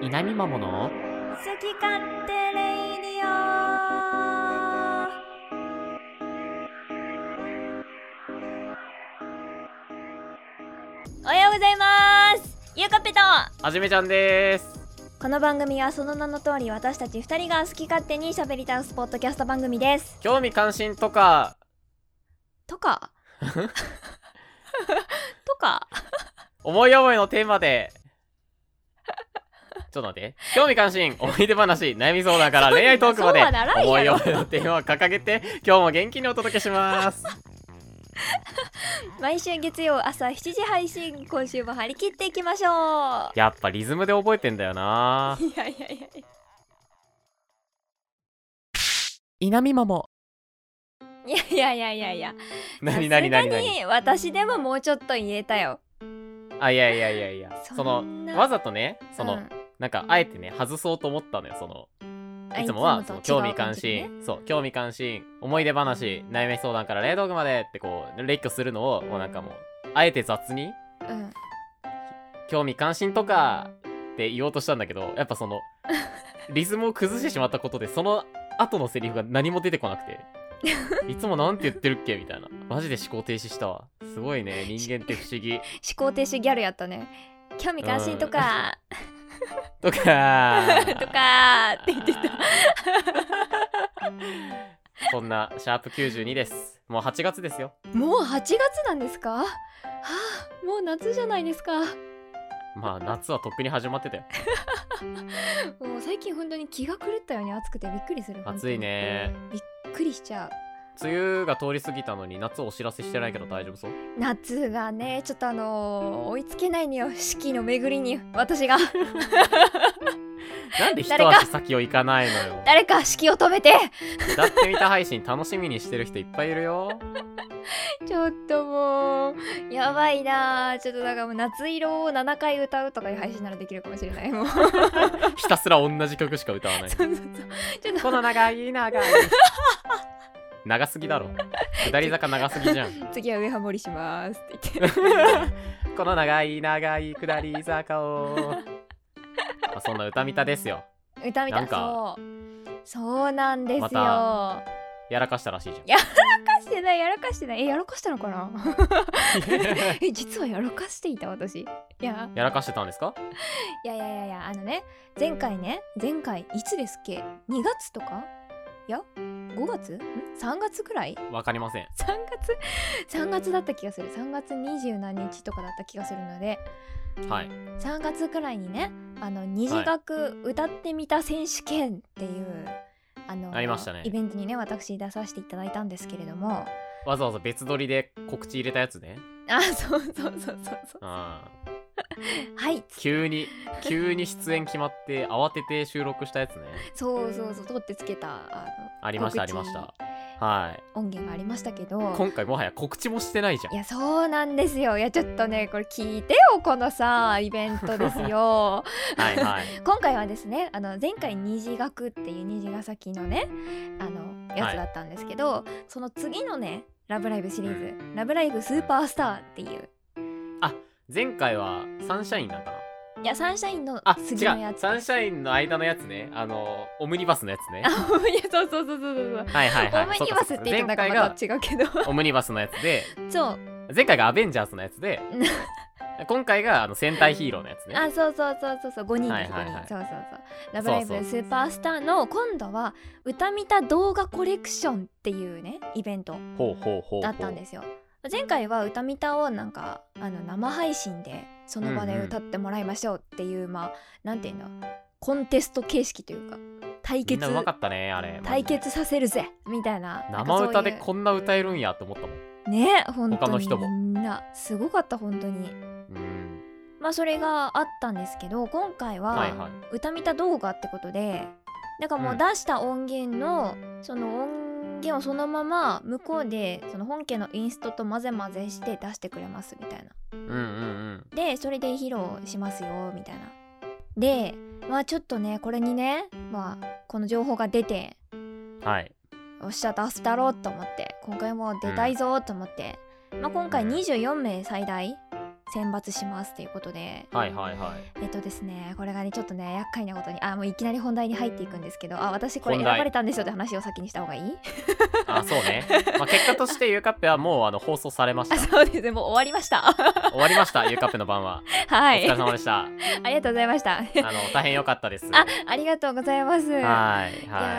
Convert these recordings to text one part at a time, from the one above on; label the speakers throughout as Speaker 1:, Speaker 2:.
Speaker 1: 稲見まもの
Speaker 2: 好き勝手レイディオおはようございますゆうかぺと
Speaker 1: はじめちゃんです
Speaker 2: この番組はその名の通り私たち二人が好き勝手に喋り倒すポッドキャスト番組です
Speaker 1: 興味関心とか
Speaker 2: と かとか
Speaker 1: 思い思いのテーマで ちょっと待って興味関心思い出話悩み相談から恋愛トークまで
Speaker 2: そうはならんやろ
Speaker 1: 思い思いのテーマを掲げて今日も元気にお届けします
Speaker 2: 毎週月曜朝7時配信今週も張り切っていきましょう
Speaker 1: やっぱリズムで覚えてんだよない
Speaker 2: やいやいやいや
Speaker 1: 稲見まも
Speaker 2: いやいやいやいやいや
Speaker 1: なになになにな
Speaker 2: さすが
Speaker 1: に
Speaker 2: 私でももうちょっと言えたよ
Speaker 1: あいやいやいやいやその
Speaker 2: そんな
Speaker 1: わざとねその、
Speaker 2: うん
Speaker 1: なんかあえてね外そうと思ったのよその
Speaker 2: あ
Speaker 1: いつもはい
Speaker 2: つ
Speaker 1: そ
Speaker 2: も
Speaker 1: の
Speaker 2: と違う
Speaker 1: 興味関心、
Speaker 2: 感
Speaker 1: そう興味関心思い出話悩み相談から冷凍具までってこう列挙するのをもうなんかもうあえて雑に
Speaker 2: じね
Speaker 1: 興味関心とかって言おうとしたんだけどやっぱその リズムを崩してしまったことでその後のセリフが何も出てこなくていつもなんて言ってるっけみたいなマジで思考停止したわすごいね人間って不思 議
Speaker 2: うん、思考停止ギャルやったね興味関心とか、
Speaker 1: とか
Speaker 2: とかって言ってた
Speaker 1: そんなシャープ92ですもう8月ですよ
Speaker 2: もう8月なんですかはあもう夏じゃないですか
Speaker 1: まあ夏はとっくに始まってたよ
Speaker 2: もう最近本当に気が狂ったように暑くてびっくりする
Speaker 1: 暑いね
Speaker 2: びっくりしちゃう
Speaker 1: 梅雨が通り過ぎたのに夏をお知らせしてないけど大丈夫そう
Speaker 2: 夏がねちょっとあのー追いつけないのよ四季の巡りに私が
Speaker 1: なんで一
Speaker 2: 誰か
Speaker 1: 足先を行かないのよ
Speaker 2: 誰か四季を止めて
Speaker 1: だってみた配信楽しみにしてる人いっぱいいる よ
Speaker 2: ちょっともうやばいなあちょっとだからもう夏色を7回歌うとかいう配信ならできるかもしれないもうそう
Speaker 1: ひたすら同じ曲しか歌わない
Speaker 2: そうそうちょっ
Speaker 1: ことの長い長い長すぎだろ下り坂長すぎじゃん
Speaker 2: 次は上ハモリしますって言って
Speaker 1: この長い長い下り坂を、まあ、そんな歌みたですよ
Speaker 2: 歌みた
Speaker 1: ないんか
Speaker 2: そうそうなんですよ、
Speaker 1: また
Speaker 2: や
Speaker 1: やらかしたらしいじ
Speaker 2: らかしてないやらかしてないえやらかしたのかな
Speaker 1: ゃん
Speaker 2: え実はやらかしていた私いや
Speaker 1: やらかしてたんですか
Speaker 2: いやいやいやいやあのね前回ね前回いつですっけ2月とかいや5月ん ?3 月くらい
Speaker 1: わかりません
Speaker 2: 3月3月だった気がする3月20何日とかだった気がするので
Speaker 1: はい
Speaker 2: 3月くらいにねあの二次学歌ってみた選手権っていう、あの
Speaker 1: ありましたね
Speaker 2: イベントにね私出させていただいたんですけれども
Speaker 1: わざわざ別撮りで告知入れたやつね
Speaker 2: あそうそうそうそうそう
Speaker 1: ああ
Speaker 2: はい
Speaker 1: 急に急に出演決まって慌てて収録したやつね
Speaker 2: そうそうそう取ってつけたあ
Speaker 1: ありましたあ
Speaker 2: 告
Speaker 1: りまし
Speaker 2: 知
Speaker 1: たはい
Speaker 2: の音源がありましたけど
Speaker 1: 今回もはや告知もしてないじゃん
Speaker 2: いやそうなんですよいやちょっとねこれ聞いてよこのさイベントです よ
Speaker 1: はいはい
Speaker 2: 今回はですねあの前回虹学っていう虹ヶ崎のねあのやつだったんですけど、その次のね「ラブライブ!」シリーズ「ラブライブスーパースター」っていう
Speaker 1: 前回はサンシャインなんかない
Speaker 2: やサンシャインの
Speaker 1: あ違
Speaker 2: 次のや
Speaker 1: う
Speaker 2: つ
Speaker 1: サンシャインの間のやつねあのオムニバスのやつね
Speaker 2: あオムニバスそうそうそうそうそう、
Speaker 1: はいはいはい
Speaker 2: オムニバスって言っ
Speaker 1: 前
Speaker 2: たら
Speaker 1: 回
Speaker 2: ま
Speaker 1: が
Speaker 2: た違うけど
Speaker 1: オムニバスのやつで
Speaker 2: そう
Speaker 1: 前回がアベンジャーズのやつ で
Speaker 2: うん
Speaker 1: 今回があの戦隊ヒーローのやつね
Speaker 2: あそうそうそうそうそう5人
Speaker 1: は
Speaker 2: で
Speaker 1: い
Speaker 2: す
Speaker 1: はいはい
Speaker 2: 5人そうそうそう「ラブライ
Speaker 1: そう
Speaker 2: ブ
Speaker 1: そう
Speaker 2: スーパースター」の今度は歌見た動画コレクションっていうねイベント
Speaker 1: ほうほうほうほう
Speaker 2: だったんですよ。前回は歌見たをなんかあの生配信でその場で
Speaker 1: うんうん
Speaker 2: 歌ってもらいましょうっていう、まあなんていうのコンテスト形式というか対
Speaker 1: みん
Speaker 2: 決
Speaker 1: なうまかったねあれマジで
Speaker 2: 対決させるぜみたいななんか
Speaker 1: 生歌で
Speaker 2: そういう
Speaker 1: こんな歌えるんやって思ったもん
Speaker 2: ね本当
Speaker 1: 他の
Speaker 2: に
Speaker 1: 人も
Speaker 2: みんなすごかった本当に
Speaker 1: うん
Speaker 2: まあそれがあったんですけど今回
Speaker 1: はいは
Speaker 2: はい歌見た動画ってことでだからもう出した音源の、その音源をそのまま向こうでその本家のインストと混ぜ混ぜして出してくれますみたいな
Speaker 1: うんうんうん
Speaker 2: でそれで披露しますよみたいなでまあちょっとねこれにねまあこの情報が出て
Speaker 1: はい。
Speaker 2: おっしゃ出すだろうと思って今回も出たいぞと思って、まあ今回
Speaker 1: うん
Speaker 2: 24名最大選抜しますっていうことで
Speaker 1: はいはいはい
Speaker 2: えっとですねこれがねちょっとね厄介なことにあもういきなり本題に入っていくんですけどあ私これ
Speaker 1: 本
Speaker 2: 選
Speaker 1: 題
Speaker 2: ばれたんですよって話を先にした方がいい
Speaker 1: あそう ね、まあ、結果としてゆうかっぺはもうあの放送されまし
Speaker 2: あ
Speaker 1: た
Speaker 2: そうです ねもう終わりました
Speaker 1: 終わりましたゆうかっぺの番は、
Speaker 2: は
Speaker 1: お疲
Speaker 2: い
Speaker 1: れ様でしたあ
Speaker 2: ありがとうございました
Speaker 1: の大変良かったです
Speaker 2: あありがとうございます
Speaker 1: はい
Speaker 2: いや
Speaker 1: は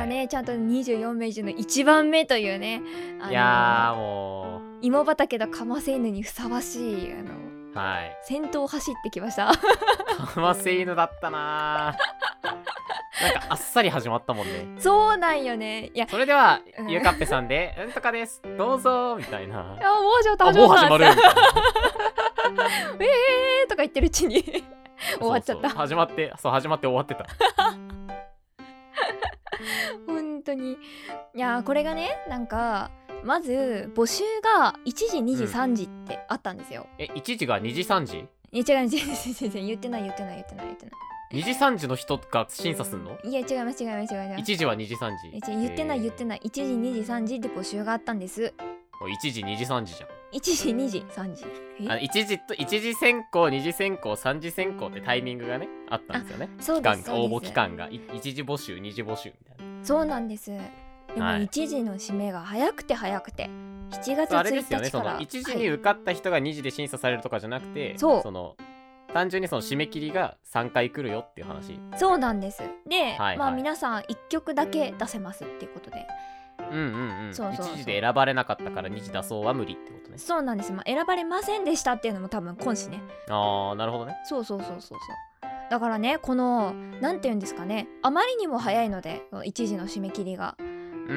Speaker 2: ー
Speaker 1: い
Speaker 2: ねちゃんと24名中の1番目というねあの
Speaker 1: いやーも
Speaker 2: 芋畑だかませ犬にふさわしいあの
Speaker 1: うはい
Speaker 2: 先頭を走ってきました
Speaker 1: かませ犬だったなーなんかあっさり始まったもんね
Speaker 2: そうなんよねいや
Speaker 1: それでは
Speaker 2: うん
Speaker 1: ゆうかっぺさんで「うんとかですどうぞ」みたいな
Speaker 2: あもうちょっと
Speaker 1: あ
Speaker 2: 始ま
Speaker 1: もう
Speaker 2: った
Speaker 1: 始まるよみたいな
Speaker 2: えーとか言ってるうちに 終わっちゃっ
Speaker 1: そう
Speaker 2: た
Speaker 1: そう始まってそう始まって終わってた
Speaker 2: 本当にいやーこれがねなんかまず募集が1時2時
Speaker 1: うん
Speaker 2: 3時ってあったんですよ、
Speaker 1: え1時が2時3時
Speaker 2: いや違う違う違う違う違う言ってない言ってない言ってない言ってな
Speaker 1: ?2 時3時の人が審査すんの
Speaker 2: いいや違います違います違います
Speaker 1: ?1 時は2時3時
Speaker 2: え違う言ってない言って
Speaker 1: い
Speaker 2: ない1時2時3時って募集があったんです
Speaker 1: 1時2時3時じゃん
Speaker 2: 1時2時3時
Speaker 1: あの
Speaker 2: え
Speaker 1: 1時と1時選考2時選考3時選考ってタイミングがねあったんですよね
Speaker 2: そう
Speaker 1: 期
Speaker 2: で
Speaker 1: 間
Speaker 2: す
Speaker 1: が応
Speaker 2: そう
Speaker 1: 募
Speaker 2: で
Speaker 1: 期
Speaker 2: す
Speaker 1: 間がい1時募集2時募集みたいな
Speaker 2: そうなんですでも
Speaker 1: はい
Speaker 2: 1時の締めが早くて早くて7月
Speaker 1: あれですよ
Speaker 2: 1
Speaker 1: ね
Speaker 2: 日
Speaker 1: そ
Speaker 2: か
Speaker 1: の
Speaker 2: ら
Speaker 1: 1時に
Speaker 2: はい
Speaker 1: 受かった人が2時で審査されるとかじゃなくて、
Speaker 2: そう
Speaker 1: の単純にその締め切りが3回来るよっていう話
Speaker 2: そうなんですで、
Speaker 1: はい
Speaker 2: まあ
Speaker 1: はい
Speaker 2: 皆さん1曲だけ出せますっていうことで
Speaker 1: うんうんうん
Speaker 2: そうそうそう
Speaker 1: 1時で選ばれなかったから2時出そうは無理ってことね
Speaker 2: そうなんです、まあ、選ばれませんでしたっていうのも多分今子ね
Speaker 1: ああなるほどね
Speaker 2: そうそうそうそうそうだからねこのなんて言うんですかねあまりにも早いので1時の締め切りが
Speaker 1: うんう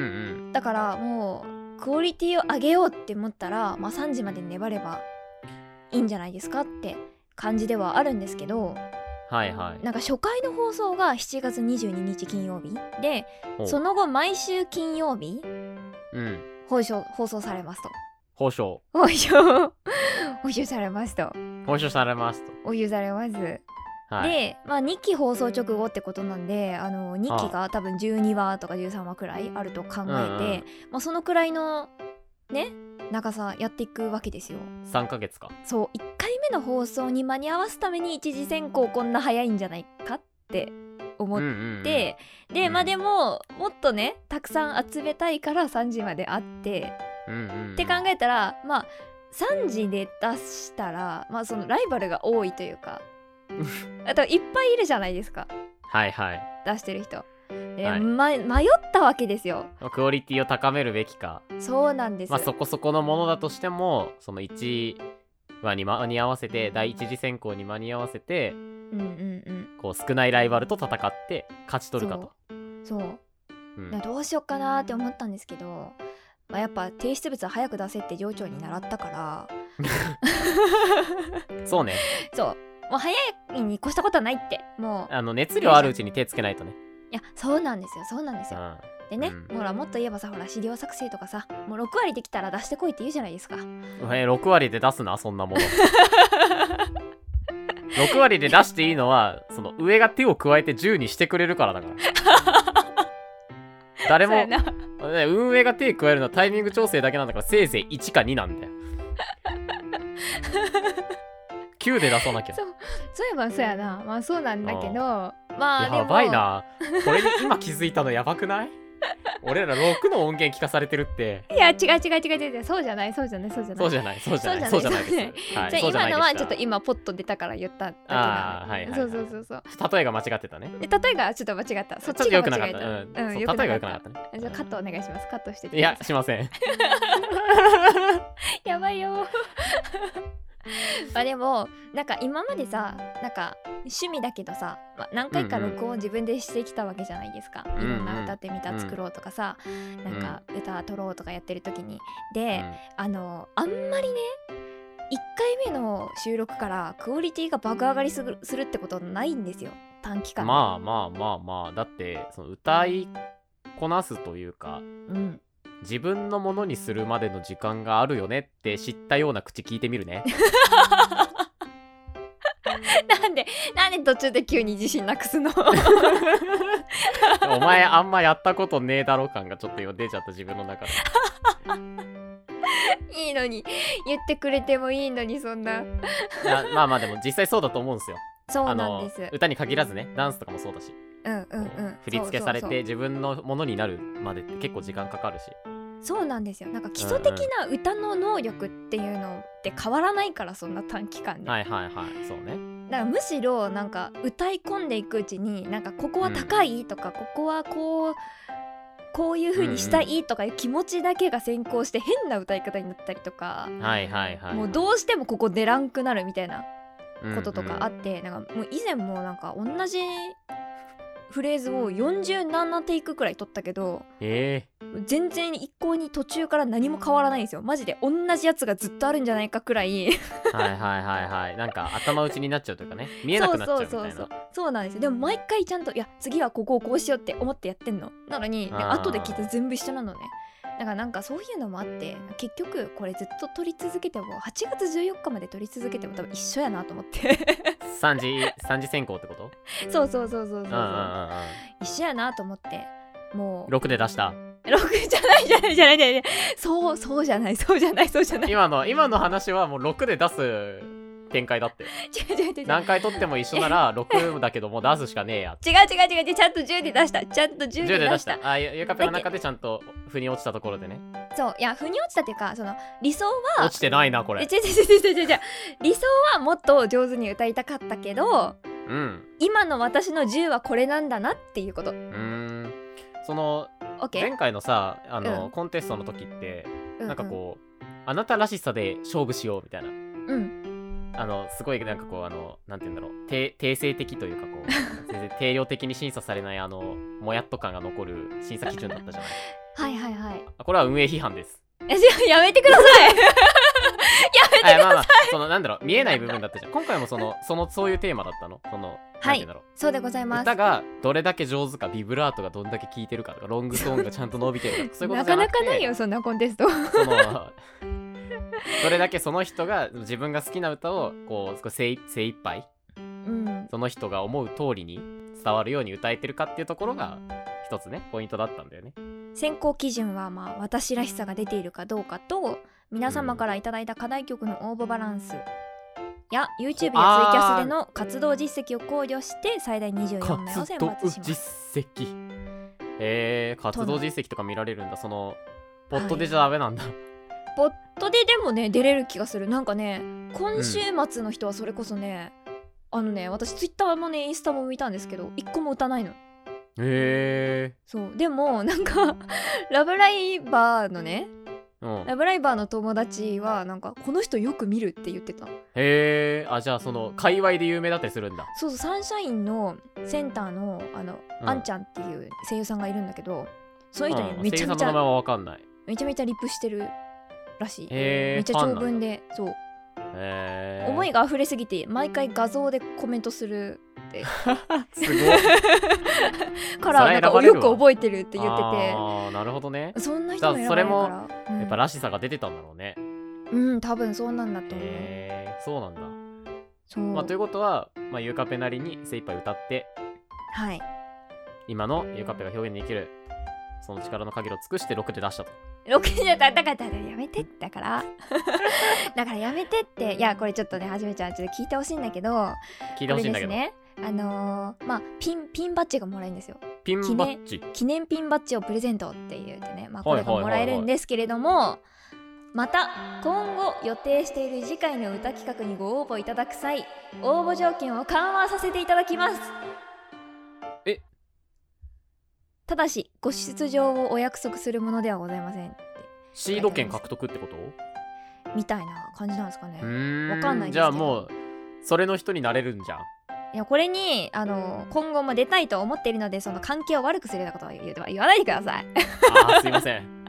Speaker 1: ん
Speaker 2: だからもうクオリティを上げようって思ったら、まあ、3時までに粘ればいいんじゃないですかって感じではあるんですけど
Speaker 1: はいはい
Speaker 2: なんか初回の放送が7月22日金曜日で
Speaker 1: ほう
Speaker 2: その後毎週金曜日
Speaker 1: うん
Speaker 2: 放送放送されますと
Speaker 1: 報奨
Speaker 2: 放送 放送されますと
Speaker 1: 報奨されますと
Speaker 2: お湯されます、
Speaker 1: はい
Speaker 2: で、まあ、2期放送直後ってことなんであの2期が多分12話とか13話くらいあると考えて、
Speaker 1: うんうん
Speaker 2: まあ、そのくらいのね長さやっていくわけですよ
Speaker 1: 3ヶ月か
Speaker 2: そう1回目の放送に間に合わすために一次選考こんな早いんじゃないかって思っ
Speaker 1: うん
Speaker 2: て、
Speaker 1: うんうん
Speaker 2: でまあでももっとねたくさん集めたいから3時まであって
Speaker 1: うんうんうん
Speaker 2: って考えたらまあ3時で出したらまあそのライバルが多いとい うかあといっぱいいるじゃないですか
Speaker 1: はいはい
Speaker 2: 出してる人。で
Speaker 1: はい
Speaker 2: ま迷ったわけですよ。
Speaker 1: クオリティを高めるべきか
Speaker 2: そうなんです。
Speaker 1: まあそこそこのものだとしてもその1話に間に合わせて第一次選考に間に合わせて
Speaker 2: うんうん
Speaker 1: こう少ないライバルと戦って勝ち取るかと
Speaker 2: うん。そう。
Speaker 1: うん
Speaker 2: だからどうしよっかなーって思ったんですけど、まあ、やっぱ提出物は早く出せって上長に習ったから、
Speaker 1: そうね
Speaker 2: そう。もう早いに越したことはないってもう
Speaker 1: あ の熱量あるうちに手つけないとね
Speaker 2: いやそうなんですよそうなんです
Speaker 1: う
Speaker 2: よ
Speaker 1: ん
Speaker 2: でね、
Speaker 1: うん
Speaker 2: ほらもっと言えばさほら資料作成とかさもう6割できたら出してこいって言うじゃないですか
Speaker 1: え6割で出すなそんなもの 6割で出していいのはその上が手を加えて10にしてくれるからだから 誰
Speaker 2: そう
Speaker 1: も
Speaker 2: やな
Speaker 1: ね運営が手加えるのはタイミング調整だけなんだからせいぜい1か2なんだよ9で出さなきゃ
Speaker 2: そうそういえばそうやなまあそうなんだけ
Speaker 1: う
Speaker 2: ど
Speaker 1: ん
Speaker 2: まあでも
Speaker 1: やばいなこれに今気づいたのやばくない俺ら6の音源聞かされてるって
Speaker 2: いや違う違う違う違うそうじゃないそうじゃないそうじゃない
Speaker 1: そうじゃないそうじゃないそうう
Speaker 2: そ
Speaker 1: じ
Speaker 2: じゃ
Speaker 1: ゃ
Speaker 2: な
Speaker 1: ないい ですはい
Speaker 2: じゃあ
Speaker 1: そうじゃ
Speaker 2: 今
Speaker 1: ない
Speaker 2: のはちょっ
Speaker 1: で
Speaker 2: と
Speaker 1: した
Speaker 2: 今ポッと出たから言っただけ
Speaker 1: あ
Speaker 2: な
Speaker 1: ー
Speaker 2: の
Speaker 1: はいはいはい
Speaker 2: そうそうそうそう
Speaker 1: 例えが間違ってたね
Speaker 2: 例えがちょっと間違ったそっ
Speaker 1: ちょっと
Speaker 2: ちが
Speaker 1: 良くな
Speaker 2: 間
Speaker 1: かっ
Speaker 2: 違え
Speaker 1: た
Speaker 2: た
Speaker 1: うんそう
Speaker 2: 良く
Speaker 1: 例えが良
Speaker 2: な
Speaker 1: く
Speaker 2: か
Speaker 1: な
Speaker 2: っ
Speaker 1: かったた
Speaker 2: じゃあ
Speaker 1: ね
Speaker 2: カットお願いしますカットして
Speaker 1: いやしません
Speaker 2: やばいよ まあでもなんか今までさなんか趣味だけどさ、まあ、何回か
Speaker 1: うんうん
Speaker 2: 録音を自分でしてきたわけじゃないですか、
Speaker 1: うんうん
Speaker 2: いろんな歌ってみた作ろうとかさ、なんか歌撮ろうとかやってる時にで、あのあんまりね1回目の収録からクオリティが爆上がりするするってことないんですよ短期
Speaker 1: うん
Speaker 2: 間
Speaker 1: まあまあまあまあだってその歌いこなすというか
Speaker 2: うん、
Speaker 1: 自分のものにするまでの時間があるよねって知ったような口聞いてみる ね
Speaker 2: なんでなんで途中で急に自信な くすの
Speaker 1: お前あん まやったことねえだろ感がちょっと今出ちゃった自分の中で
Speaker 2: いいいのに言ってくれてもいいのにそんない
Speaker 1: やまあまあでも実際そうだと思うんですよ
Speaker 2: そう
Speaker 1: あ
Speaker 2: なん
Speaker 1: の
Speaker 2: です
Speaker 1: 歌に限らずねダンスとかもそうだし、
Speaker 2: うんうんうん
Speaker 1: 振り付けされ
Speaker 2: そうそ
Speaker 1: て
Speaker 2: う
Speaker 1: 自分のものになるまでって結構時間かかるし
Speaker 2: そうそうなんですよなんか基礎的な歌の能力っていうのって変わらないからそんな短期間で、
Speaker 1: はいはいはいそうね
Speaker 2: だからむしろなんか歌い込んでいくうちになんかここは高いとか、ここはこうこういう風にしたいとかいう気持ちだけが先行して変な歌い方になったりとか、
Speaker 1: はいはいはい
Speaker 2: もうどうしてもここ出らんくなるみたいな
Speaker 1: うん
Speaker 2: ことと
Speaker 1: う
Speaker 2: か
Speaker 1: ん
Speaker 2: あって、なんかもう以前もなんか同じフレーズを47テイクくらい取ったけど
Speaker 1: え
Speaker 2: 全然一向に途中から何も変わらないんですよマジで同じやつがずっとあるんじゃないかくらい
Speaker 1: えはいはいはいはいなんか頭打ちになっちゃうというかね見えなくなっちゃうみたいな
Speaker 2: そうそうそうそうそうなんですよでも毎回ちゃんといや次はここをこうしようって思ってやってんのなのに、ね、
Speaker 1: あー
Speaker 2: 後で聞いて全部一緒なのねだからなんかそういうのもあって結局これずっと撮り続けても8月14日まで撮り続けても多分一緒やなと思って
Speaker 1: 3時3時選考ってこと
Speaker 2: そうそうそうそうそうそう
Speaker 1: うんうんうんうん
Speaker 2: 一緒やなと思ってもう
Speaker 1: 6で出した
Speaker 2: 6じゃないじゃないじゃないじゃないそうそうじゃないそうじゃないそうじゃな い
Speaker 1: 今の今の話はもう6で出す展開だって
Speaker 2: 違う違う違う違う
Speaker 1: 何回取っても一緒なら6だけどもう出すしかねえや
Speaker 2: 違う違う違う違うちゃんと10で出したちゃんと10
Speaker 1: 10
Speaker 2: で
Speaker 1: で
Speaker 2: 出
Speaker 1: 出
Speaker 2: し
Speaker 1: したたあゆゆかぺの中でちゃんと腑に落ちたところでね
Speaker 2: そういや腑に落ちたっていうかその理想
Speaker 1: 落ちてないなこれ
Speaker 2: え違う違う違う違う違う理想はもっと上手に歌いたかったけど
Speaker 1: うん
Speaker 2: 今の私の10はこれなんだなっていうこと
Speaker 1: うーんその
Speaker 2: OK?
Speaker 1: 前回のさあの、
Speaker 2: うん
Speaker 1: コンテストの時って
Speaker 2: う
Speaker 1: なんかこう、あなたらしさで勝負しようみたいな
Speaker 2: うん、うん、
Speaker 1: あのすごいなんかこうあのなんて言うんだろう定定性的というかこう全然定量的に審査されないあのもやっと感が残る審査基準だったじゃない
Speaker 2: はいはいはい
Speaker 1: あこれは運営批判です
Speaker 2: えじゃあやめてく ださいやめて
Speaker 1: あまあまあそのなんだろう見えない部分だったじゃん今回もそのそのそういうテーマだったのその、なんて言うんだろう
Speaker 2: そうでございます
Speaker 1: 歌がどれだけ上手かビブラートがどんだけ効いてるかとかロングトーンがちゃんと伸びてるかとかそういうこと
Speaker 2: な
Speaker 1: じゃ
Speaker 2: か
Speaker 1: な
Speaker 2: な
Speaker 1: くて
Speaker 2: かないよそんなコンテスト
Speaker 1: そのどれだけその人が自分が好きな歌をこう少し精い精一杯
Speaker 2: うん
Speaker 1: その人が思う通りに伝わるように歌えてるかっていうところが一つねポイントだったんだよね。
Speaker 2: 選考基準はまあ私らしさが出ているかどうかと皆様からいただいた課題曲の応募バランスや YouTube やツイキャスでの活動実績を考慮して最大24名を選抜します
Speaker 1: 実績えー、活動実績とか見られるんだそのポットでじゃダメなんだ、
Speaker 2: ポットででもね出れる気がするなんかね今週末の人はそれこそね、あのね私ツイッターもねインスタも見たんですけど一個も歌ないの
Speaker 1: え
Speaker 2: そうでもなんか ラブライバーのね
Speaker 1: ー、うん
Speaker 2: ラブライバーの友達はなんかこの人よく見るって言ってた
Speaker 1: へえあじゃあその界隈で有名だったりするんだ
Speaker 2: そうそうサンシャインのセンターのあの、
Speaker 1: うん
Speaker 2: あんちゃんっていう声優さんがいるんだけどその人ね
Speaker 1: うん
Speaker 2: め
Speaker 1: 声優
Speaker 2: ちゃ
Speaker 1: さ
Speaker 2: め
Speaker 1: ん
Speaker 2: ち
Speaker 1: の
Speaker 2: ゃ、
Speaker 1: 名前は分かんない
Speaker 2: めちゃめちゃリプしてるらしい、
Speaker 1: へー
Speaker 2: めっちゃ長文でそう
Speaker 1: へえ
Speaker 2: 思いが溢れすぎて毎回画像でコメントする
Speaker 1: すごいって
Speaker 2: からな
Speaker 1: それ
Speaker 2: んか
Speaker 1: 選ばれ
Speaker 2: よ
Speaker 1: るわ
Speaker 2: く覚えてるって言って
Speaker 1: あーなるほどね
Speaker 2: てそんな人も選ばれるからうん
Speaker 1: やっぱらしさが出てたんだろうね
Speaker 2: うん多分そうなんだと思う、
Speaker 1: へえそうなんだ、
Speaker 2: そう、
Speaker 1: まあ、ということは、まあ、ゆうかぺなりに精一杯歌って
Speaker 2: はい
Speaker 1: 今のゆうかぺが表現できるその力の限りを尽くして6で出したと
Speaker 2: 60だだからだからやめてってだから だからやめてっていやこれちょっとねはじめちゃんちょっと聞いてほしいんだけど
Speaker 1: 聞いてほしいんだけど、
Speaker 2: これですねあのーまあピンピンバッジがもらえるんですよ
Speaker 1: ピンバッジ
Speaker 2: 記念ピンバッジをプレゼントっていうてね、まあ、こ
Speaker 1: は
Speaker 2: れ
Speaker 1: い
Speaker 2: が
Speaker 1: はいはい
Speaker 2: も
Speaker 1: はい
Speaker 2: らえるんですけれども、また今後予定している次回の歌企画にご応募いただく際応募条件を緩和させていただきます
Speaker 1: え
Speaker 2: ただしご出場をお約束するものではございません
Speaker 1: シード権獲得ってこと
Speaker 2: みたいな感じなんですかね
Speaker 1: うーん
Speaker 2: わかんないん
Speaker 1: じ
Speaker 2: ですけど
Speaker 1: ゃあもうそれの人になれるんじゃん
Speaker 2: いやこれにあの今後も出たいと思っているのでその関係を悪くするようなことは言う言わないでください
Speaker 1: あーすいません。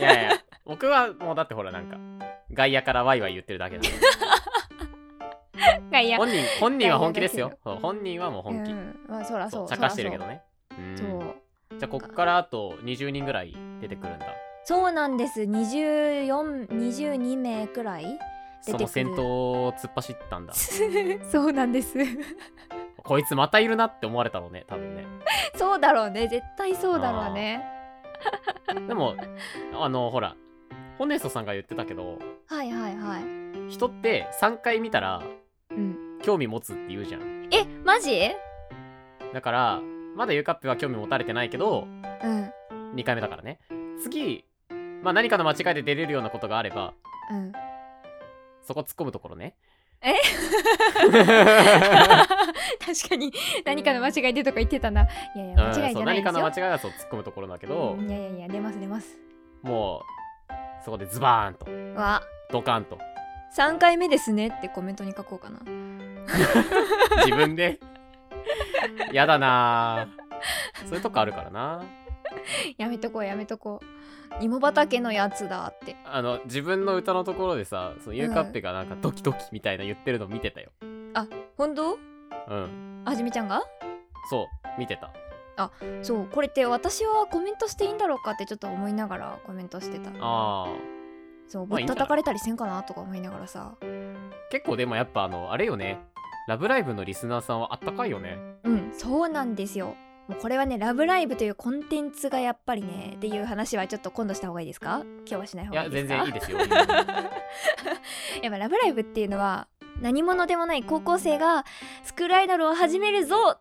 Speaker 1: いやいや、僕はもうだってほらなんか、外野からワイワイ言ってるだけなんで
Speaker 2: がいや
Speaker 1: 本人、本人は本気です
Speaker 2: 外
Speaker 1: よ。そう本人はもう本気
Speaker 2: う。ん、まあそら
Speaker 1: そ、
Speaker 2: そうう
Speaker 1: 茶化してるけどね。うん
Speaker 2: そらそうそう
Speaker 1: じゃあ、こっからあと20人ぐらい出てくるんだ。
Speaker 2: そうなんです2422名くらい出て
Speaker 1: そ
Speaker 2: くる
Speaker 1: の先頭を突っ走ったんだ。
Speaker 2: そうなんです
Speaker 1: こいつまたいるなって思われたろうね、多分ね。
Speaker 2: そうだろうね絶対そうだろうね
Speaker 1: でも、あの、ほら、ホネストさんが言ってたけど
Speaker 2: はいはいはい
Speaker 1: 人って3回見たら
Speaker 2: うん
Speaker 1: 興味持つって言うじゃん
Speaker 2: えマジ
Speaker 1: だからまだユカップは興味持たれてないけど
Speaker 2: うん
Speaker 1: 2回目だからね次、まあ、何かの間違いで出れるようなことがあれば
Speaker 2: うん
Speaker 1: そこ突っ込むところね
Speaker 2: え確かに何かの間違いでとか言ってたな。いやい
Speaker 1: う
Speaker 2: や、
Speaker 1: ん
Speaker 2: 間違い
Speaker 1: そ
Speaker 2: じ
Speaker 1: う
Speaker 2: ゃない
Speaker 1: 何
Speaker 2: で
Speaker 1: か
Speaker 2: す
Speaker 1: の
Speaker 2: よ。
Speaker 1: 間違いだと突っ込むところだけど、
Speaker 2: うんいやいやいや、出ます出ます。
Speaker 1: もうそこでズバーンと
Speaker 2: わ、
Speaker 1: ドカンと
Speaker 2: 3回目ですねってコメントに書こうかな。
Speaker 1: 自分で やだなぁそういうとこあるからな
Speaker 2: やめとこうやめとこう。芋畑のやつだって。
Speaker 1: あの自分の歌のところでさそのユーカッペがなんかドキドキみたいな言ってるの見てたよ
Speaker 2: 本当
Speaker 1: うん
Speaker 2: あじみちゃんが
Speaker 1: そう見てた
Speaker 2: そう、これって私はコメントしていいんだろうかってちょっと思いながらコメントしてた。
Speaker 1: あー
Speaker 2: そう、
Speaker 1: ま
Speaker 2: ぶ
Speaker 1: あいいん
Speaker 2: っ
Speaker 1: じゃない
Speaker 2: 叩かれたりせんかなとか思いながらさ。
Speaker 1: 結構でもやっぱあのあれよね「ラブライブ!」のリスナーさんはあったかいよね
Speaker 2: うん、そうなんですよ。もうこれはね、ラブライブというコンテンツがやっぱりね、っていう話はちょっと今度した方がいいですか今日はしない方
Speaker 1: い
Speaker 2: が
Speaker 1: や
Speaker 2: いいです
Speaker 1: 全
Speaker 2: か
Speaker 1: 然いいですよ
Speaker 2: やっぱ「ラブライブ!」っていうのは何者でもない高校生がスクールアイドルを始めるぞっ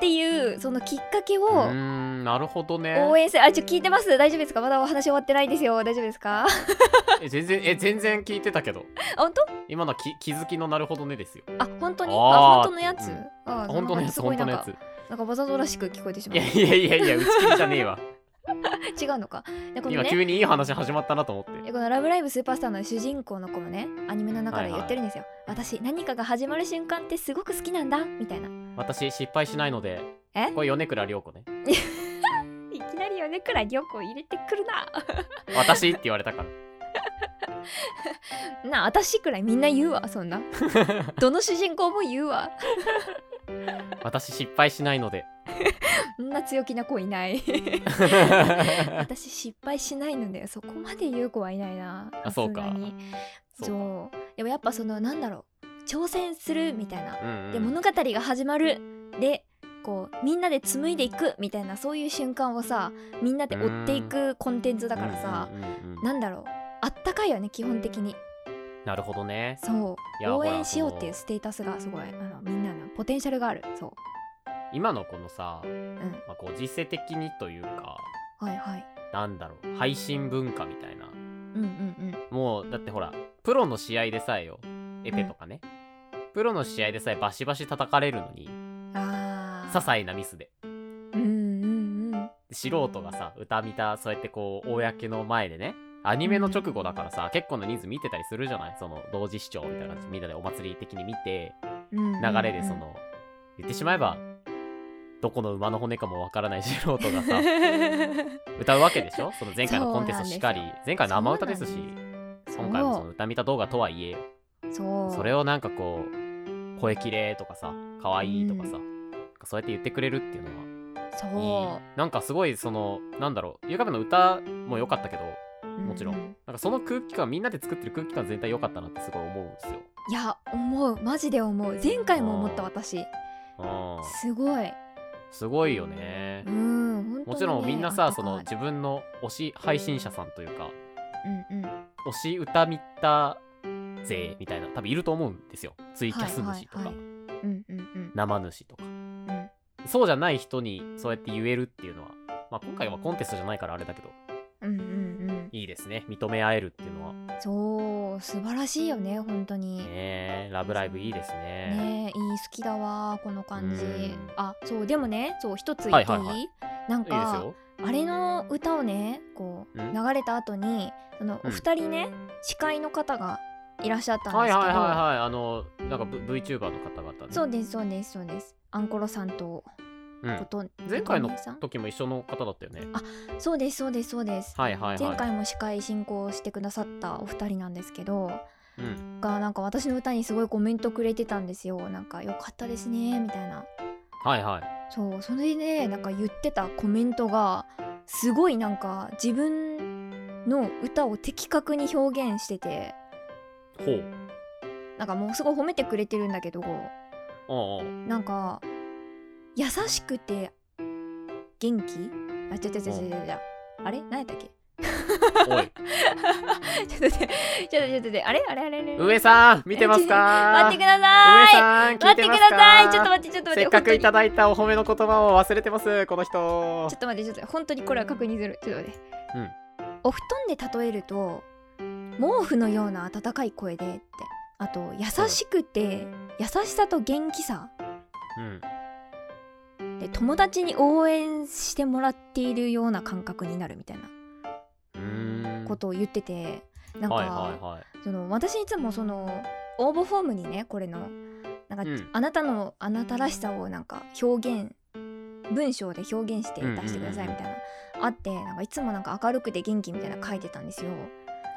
Speaker 2: ていうそのきっかけ
Speaker 1: うー
Speaker 2: を
Speaker 1: んなるほどね
Speaker 2: 応援する、あちょ聞いてます大丈夫ですかまだお話終わってないですよ大丈夫ですか
Speaker 1: え全然え全然聞いてたけど
Speaker 2: あ本当
Speaker 1: 今のき気づきのなるほどねですよ
Speaker 2: あ本当にあ
Speaker 1: あー
Speaker 2: 本当のやつ、
Speaker 1: うん
Speaker 2: あ
Speaker 1: あ本当のやつ
Speaker 2: すご
Speaker 1: 本
Speaker 2: い
Speaker 1: 当
Speaker 2: なん
Speaker 1: の
Speaker 2: か
Speaker 1: やつ
Speaker 2: なんかわざとらしく聞こえてしま
Speaker 1: いうやいやいやいや打ち切りじゃね えわ
Speaker 2: 違うのかでこの
Speaker 1: 今
Speaker 2: ね
Speaker 1: 急にいい話始まったなと思って
Speaker 2: えこの「ラブライブスーパースター」の主人公の子もねアニメの中で言ってるんですよ、私何かが始まる瞬間ってすごく好きなんだみたいな
Speaker 1: 私失敗しないので
Speaker 2: え
Speaker 1: これ米倉涼子ね
Speaker 2: いきなりよねくらいよく入れてくるな
Speaker 1: 私って言われたから
Speaker 2: なあ私くらいみんな言うわ そんなどの主人公も言うわ
Speaker 1: 私失敗しないので
Speaker 2: そんな強気な子いない 私失敗しないのでそこまで言う子はいないな
Speaker 1: あそうか
Speaker 2: さすがに
Speaker 1: そう
Speaker 2: そうでもやっぱそのなんだろう挑戦するみたいな、
Speaker 1: うんうん
Speaker 2: で物語が始まるでこうみんなで紡いでいくみたいなそういう瞬間をさみんなで追っていくコンテンツだからさ、
Speaker 1: うんうんうんうん
Speaker 2: なんだろうあったかいよね基本的に
Speaker 1: なるほどね
Speaker 2: そ
Speaker 1: いうや
Speaker 2: 応
Speaker 1: ほ
Speaker 2: 援
Speaker 1: ら
Speaker 2: しようっ
Speaker 1: その
Speaker 2: ていうステータスがすごいあのみんなのポテンシャルがあるそう
Speaker 1: 今のこのさ、
Speaker 2: うん
Speaker 1: まあ、こう実勢的にというか
Speaker 2: はいはい
Speaker 1: なんだろう配信文化みたいな
Speaker 2: うんうん
Speaker 1: もうだってほらプロの試合でさえよエペとかね、プロの試合でさえバシバシ叩かれるのに
Speaker 2: うんあ
Speaker 1: 些
Speaker 2: あ
Speaker 1: 細なミスで
Speaker 2: うんうんうん
Speaker 1: 素人がさ歌見たそうやってこう公の前でねアニメの直後だからさ結構な人数見てたりするじゃないその同時視聴みたいな感じでみんなでお祭り的に見て
Speaker 2: うんうん
Speaker 1: 流れでその言ってしまえばどこの馬の骨かもわからない素人がさ歌うわけでしょその前回のコンテストしかり
Speaker 2: そうなんです
Speaker 1: 前回生歌ですし
Speaker 2: そうなん
Speaker 1: 今回もその歌見た動画とはいえ
Speaker 2: そう
Speaker 1: それをなんかこう声綺麗とかさ可愛いとかさ、
Speaker 2: う
Speaker 1: そうやって言ってくれるっていうのは
Speaker 2: そう
Speaker 1: いいなんかすごいそのなんだろうゆかべの歌も良かったけどもちろん
Speaker 2: う
Speaker 1: なんかその空気感みんなで作ってる空気感全体良かったなってすごい思うんですよ。
Speaker 2: いや思うマジで思う前回も思った
Speaker 1: うん
Speaker 2: 私
Speaker 1: うん
Speaker 2: すごい
Speaker 1: すごいよね。
Speaker 2: うん本当に、ね、
Speaker 1: もちろんみんなさ
Speaker 2: あった
Speaker 1: そ
Speaker 2: か
Speaker 1: の
Speaker 2: い
Speaker 1: 自分の推し配信者さんというか
Speaker 2: うんうん
Speaker 1: 推し歌見た勢みたいな多分いると思うんですよツイキャス主と
Speaker 2: はい
Speaker 1: か
Speaker 2: はいうんうんうん
Speaker 1: 生主とか
Speaker 2: うん
Speaker 1: そうじゃない人にそうやって言えるっていうのは、まあ、今回はコンテストじゃないからあれだけど
Speaker 2: うんうんうん
Speaker 1: いいですね認め合えるっていうのは
Speaker 2: そう素晴らしいよね本当に
Speaker 1: ねえラブライブいいですね
Speaker 2: ねえいい好きだわこの感じ
Speaker 1: うん
Speaker 2: あそうでもねそう一つ言ってい
Speaker 1: はい
Speaker 2: い,、
Speaker 1: はいはい
Speaker 2: なん
Speaker 1: いいです
Speaker 2: か
Speaker 1: よ
Speaker 2: あれの歌をねこう
Speaker 1: うん
Speaker 2: 流れた後にその
Speaker 1: うん
Speaker 2: お二人ね、司会の方がいらっしゃったん
Speaker 1: は
Speaker 2: で
Speaker 1: い
Speaker 2: すけど、
Speaker 1: はいはいはいあのなんか V- VTuber の方々ね
Speaker 2: そうですそうですそうですアンコロさんと
Speaker 1: うん
Speaker 2: こと、
Speaker 1: 前回の
Speaker 2: 琴音さん
Speaker 1: 時も一緒の方だったよね
Speaker 2: そうですそうですそうです、
Speaker 1: はいはいはい
Speaker 2: 前回も司会進行してくださったお二人なんですけど
Speaker 1: うん
Speaker 2: がなんか私の歌にすごいコメントくれてたんですよなんか「よかったですね」みたいな
Speaker 1: はいはい
Speaker 2: そうそれでねなんか言ってたコメントがすごいなんか自分の歌を的確に表現してて
Speaker 1: ほう
Speaker 2: なんかもうすごい褒めてくれてるんだけど
Speaker 1: おうおう
Speaker 2: なんか優しくて元気あちゃちゃちゃちゃちゃちゃあれ何やったっけ
Speaker 1: おい
Speaker 2: ちょっと待ってちょっとちょっと待ってあれあれあれあれ
Speaker 1: 上さん見てますか
Speaker 2: 待ってくださ
Speaker 1: 上
Speaker 2: い
Speaker 1: さん聞い
Speaker 2: 待ってて
Speaker 1: ま
Speaker 2: く
Speaker 1: す
Speaker 2: ださい
Speaker 1: か
Speaker 2: ちょっと待ってちょっと待って
Speaker 1: せっかくいた
Speaker 2: 本
Speaker 1: だいたお褒めの言葉を忘れてますこの人
Speaker 2: 当にちょっと待ってちょっと待って本当にこれは確認するちょっと待って、
Speaker 1: うん
Speaker 2: お布団で例えると毛布のような温かい声でってあと優しくて優しさと元気さ
Speaker 1: うん
Speaker 2: で友達に応援してもらっているような感覚になるみたいな
Speaker 1: うーん
Speaker 2: ことを言っててなんか、
Speaker 1: はいはいはい
Speaker 2: その私いつもその応募フォームにねこれのなんか、
Speaker 1: うん
Speaker 2: あなたのあなたらしさをなんか表現文章で表現して
Speaker 1: うんうんうん
Speaker 2: 出してくださいみたいな、あってなんかいつもなんか明るくて元気みたいなの書いてたんですよ、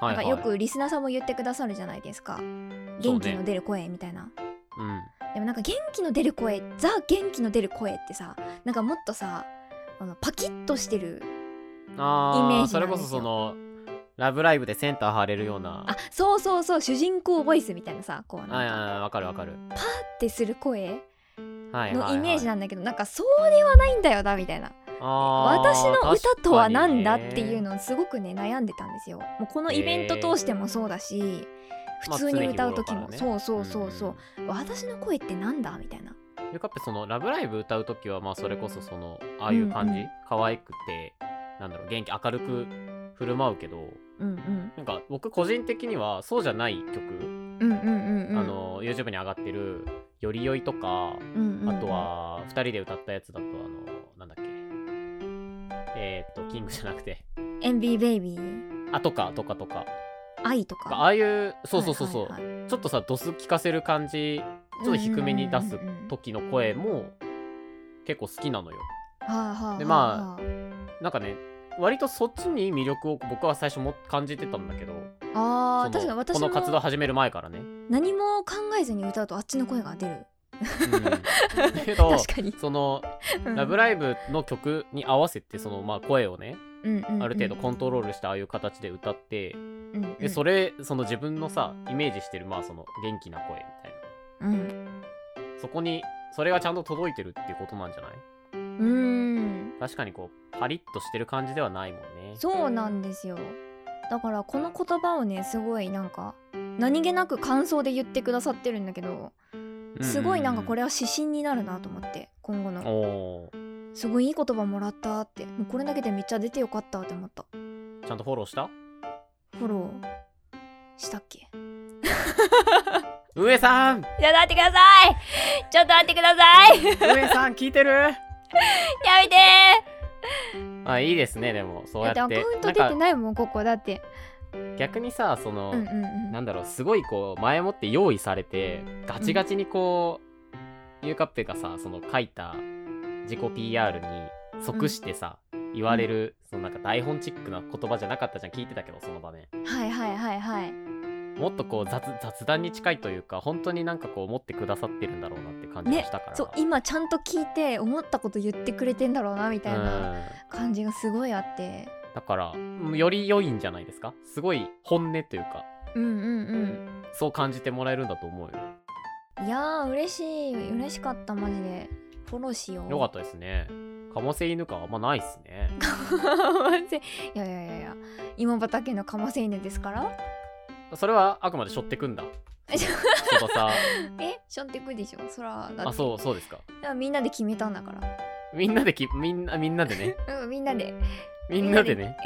Speaker 1: はいはい
Speaker 2: なんかよくリスナーさんも言ってくださるじゃないですか元気の出る声みたいな、
Speaker 1: うん
Speaker 2: でもなんか元気の出る声ザ元気の出る声ってさなんかもっとさあのパキッとしてる
Speaker 1: あ
Speaker 2: イメ
Speaker 1: ー
Speaker 2: ージなんですよ
Speaker 1: それこそそのラブライブでセンター張れるような
Speaker 2: あそうそうそう主人公ボイスみたいなさこう
Speaker 1: あい
Speaker 2: なんか
Speaker 1: やわかるわかる
Speaker 2: ってする声
Speaker 1: はいはい、は
Speaker 2: の
Speaker 1: い、
Speaker 2: イメージなんだけど、なんかそうではないんだよなみたいな
Speaker 1: あー
Speaker 2: 私の歌とはなんだっていう
Speaker 1: 確か
Speaker 2: のをすごくね悩んでたんですよもうこのイベント通してもそうだし
Speaker 1: ま
Speaker 2: 普
Speaker 1: あ
Speaker 2: 通に歌う時
Speaker 1: 常
Speaker 2: も、
Speaker 1: 日頃からね
Speaker 2: そう
Speaker 1: に
Speaker 2: そ
Speaker 1: ね
Speaker 2: うそうそう、私の声ってなんだみたいな
Speaker 1: うんゆかっぺその「ラブライブ!」歌う時はまあそれこそそのああいう感
Speaker 2: う
Speaker 1: じ、
Speaker 2: んうん
Speaker 1: 可愛くてなんだろう元気明るく振る舞うけど
Speaker 2: うんうん
Speaker 1: なんか僕個人的にはそうじゃない曲、
Speaker 2: うんうんうんうん
Speaker 1: あの YouTube に上がってる「よりよい」とか
Speaker 2: うんうん
Speaker 1: あとは2人で歌ったやつだとあのなんだっけえー、っとキングじゃなくて
Speaker 2: MB ベイビー
Speaker 1: あとかとかとか
Speaker 2: 愛と
Speaker 1: あ
Speaker 2: か
Speaker 1: あいうそうそうそうそう、
Speaker 2: はいはい
Speaker 1: ちょっとさドス聞かせる感じちょっと低めに出す
Speaker 2: うんうんうんうん
Speaker 1: 時の声も結構好きなのよ
Speaker 2: はいはいはい
Speaker 1: でまなんかね割とそっちに魅力を僕は最初も感じてたんだけど
Speaker 2: あ
Speaker 1: その
Speaker 2: ー確かに私
Speaker 1: この活
Speaker 2: も
Speaker 1: 動始める前からね、 うん、
Speaker 2: 何も考えずに歌うとあっちの声が出る
Speaker 1: だけど
Speaker 2: 確かに
Speaker 1: その
Speaker 2: 「
Speaker 1: 「ラブライブ!」の曲に合わせてそのまあ声をね
Speaker 2: ブ!うんうんうん」
Speaker 1: ある程度コントロールしてああいう形で歌って
Speaker 2: うんうん
Speaker 1: でそれその自分のさイメージしてるまあその元気な声みたい
Speaker 2: うん
Speaker 1: なそこにそれがちゃんと届いてるっていうことなんじゃないう
Speaker 2: ーん
Speaker 1: 確かにこうパリッとしてる感じではないもんね
Speaker 2: そうなんですよだからこの言葉をねすごいなんか何気なく感想で言ってくださってるんだけどすごいなんかこ
Speaker 1: れ
Speaker 2: れは指針になるなと思って今後の
Speaker 1: おー
Speaker 2: すごいいい言葉もらったってもうこれだけでめっちゃ出てよかったって思った
Speaker 1: ちゃんとフォローした
Speaker 2: フォローしたっけ
Speaker 1: 上さん
Speaker 2: ちょっと待ってくださいちょっと待ってくださいや
Speaker 1: 上さん聞いてる
Speaker 2: めて
Speaker 1: あいいですねでもそう
Speaker 2: だ
Speaker 1: や
Speaker 2: っ
Speaker 1: ってて
Speaker 2: アカウント出
Speaker 1: な
Speaker 2: て
Speaker 1: んか
Speaker 2: ないもんここだって
Speaker 1: 逆にさその、
Speaker 2: うんうんうん
Speaker 1: なんだろうすごいこう前もって用意されてガチガチにこう、ゆうかっぺがさその書いた自己 PR に即してさ、言われるそのなんか台本チックな言葉じゃなかったじゃん聞いてたけどその場面
Speaker 2: はいはいはいはい
Speaker 1: もっとこう雑雑談に近いというか本当になんかこう持ってくださってるんだろうなって感じがしたから、
Speaker 2: そう今ちゃんと聞いて思ったこと言ってくれてんだろうなみたいな、
Speaker 1: うん
Speaker 2: 感じがすごいあって
Speaker 1: だからうんより良いんじゃないですかすごい本音というか
Speaker 2: うんうん
Speaker 1: そう感じてもらえるんだと思うよ
Speaker 2: うんいやー嬉しい嬉しかったマジでフォローしよう
Speaker 1: よかったですねカモセ犬感あんまないっすね
Speaker 2: いやいやいやいや今畑のかませ犬ですから
Speaker 1: それはあくまでしょってくんだ
Speaker 2: えしょ
Speaker 1: 翼 さ
Speaker 2: えしょってくでしょそらだ
Speaker 1: あ
Speaker 2: って
Speaker 1: そうそうですか
Speaker 2: いやみんなで決めたんだから
Speaker 1: みんなできみんなみんなで ね
Speaker 2: うんみんなで
Speaker 1: みんなでね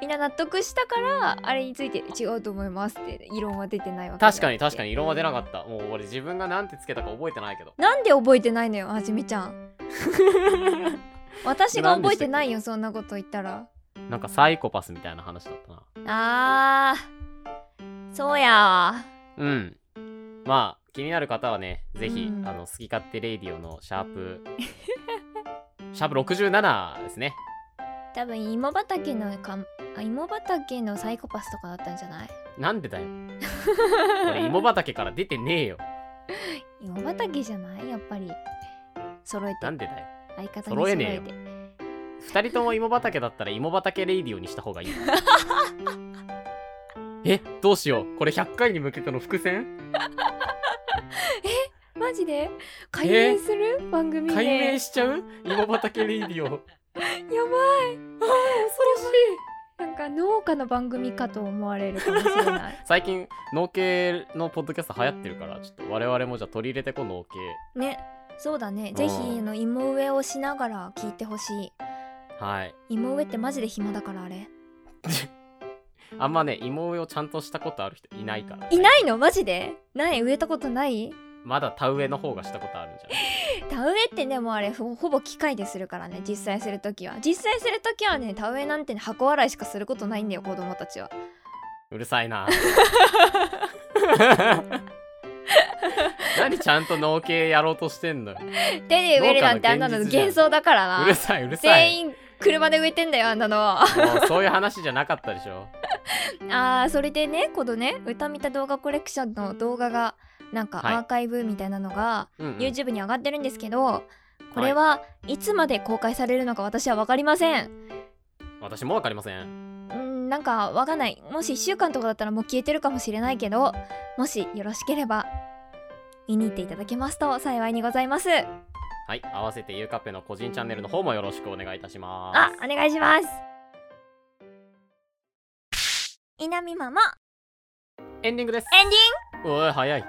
Speaker 2: みんな納得したからあれについて違うと思いますって異論は出てないわけであって
Speaker 1: 確かに確かに異論は出なかったもう俺自分がなんてつけたか覚えてないけど
Speaker 2: なんで覚えてないのよはじめちゃ ん私が覚えてないよそんなこと言ったら
Speaker 1: なんかサイコパスみたいな話だったな
Speaker 2: あーそうやわ
Speaker 1: うん。まあ、気になる方はね、ぜひ、
Speaker 2: うん
Speaker 1: あの、好き勝手レイディオのシャープ、シャープ67ですね。
Speaker 2: 多分芋畑のかあ芋畑のサイコパスとかだったんじゃない
Speaker 1: なんでだよ。これ、芋畑から出てねえよ。
Speaker 2: 芋畑じゃないやっぱり揃えて
Speaker 1: なんでだよ。
Speaker 2: 相方に
Speaker 1: 揃
Speaker 2: 揃
Speaker 1: え
Speaker 2: え
Speaker 1: ね
Speaker 2: て
Speaker 1: えよ二人とも芋畑だったら、芋畑レイディオにした方 がいい。え、どうしよう。これ、100回に向けての伏線
Speaker 2: マジで解明する、番組で
Speaker 1: 解明しちゃう芋畑レイディオ。
Speaker 2: やばいなんか農家の番組かと思われるかもしれない
Speaker 1: 最近農系のポッドキャスト流行ってるからちょっと我々もじゃあ取り入れてこう農系
Speaker 2: ねそうだねぜひ
Speaker 1: うん
Speaker 2: あの芋植えをしながら聞いてほし
Speaker 1: はい
Speaker 2: い芋植えってマジで暇だからあれ
Speaker 1: あんまね芋植えをちゃんとしたことある人いないから
Speaker 2: いないのマジでない植えたことない
Speaker 1: まだ田植えの方がしたことあるんじゃない
Speaker 2: 田植えってねもうあれほほぼ機械でするからね実際するときは実際するときはね田植えなんてね箱洗いしかすることないんだよ子供たちは
Speaker 1: うるさい な何ちゃんと農系やろうとしてんのよ
Speaker 2: 手で植えるなんてあんなの
Speaker 1: 農家の現実じゃん
Speaker 2: 幻想だから
Speaker 1: うる
Speaker 2: な
Speaker 1: さいうるさ
Speaker 2: 全
Speaker 1: い
Speaker 2: 員車で植えてんだよあんなの
Speaker 1: もうそういう話じゃなかったでしょ
Speaker 2: あーそれでねこのね歌見た動画コレクションの動画がなんか
Speaker 1: はい
Speaker 2: アーカイブみたいなのが
Speaker 1: うんうん
Speaker 2: YouTube に上がってるんですけど、これはいつまで公開されるのか私は分かりません
Speaker 1: 私もわかりません
Speaker 2: うんなんか分かんないもし1週間とかだったらもう消えてるかもしれないけどもしよろしければ見に行っていただけますと幸いにございます
Speaker 1: はい合わせてゆうかっぺの個人チャンネルの方もよろしくお願いいたします
Speaker 2: あお願いします稲見ママ
Speaker 1: エンディングです
Speaker 2: エンデ
Speaker 1: おい早い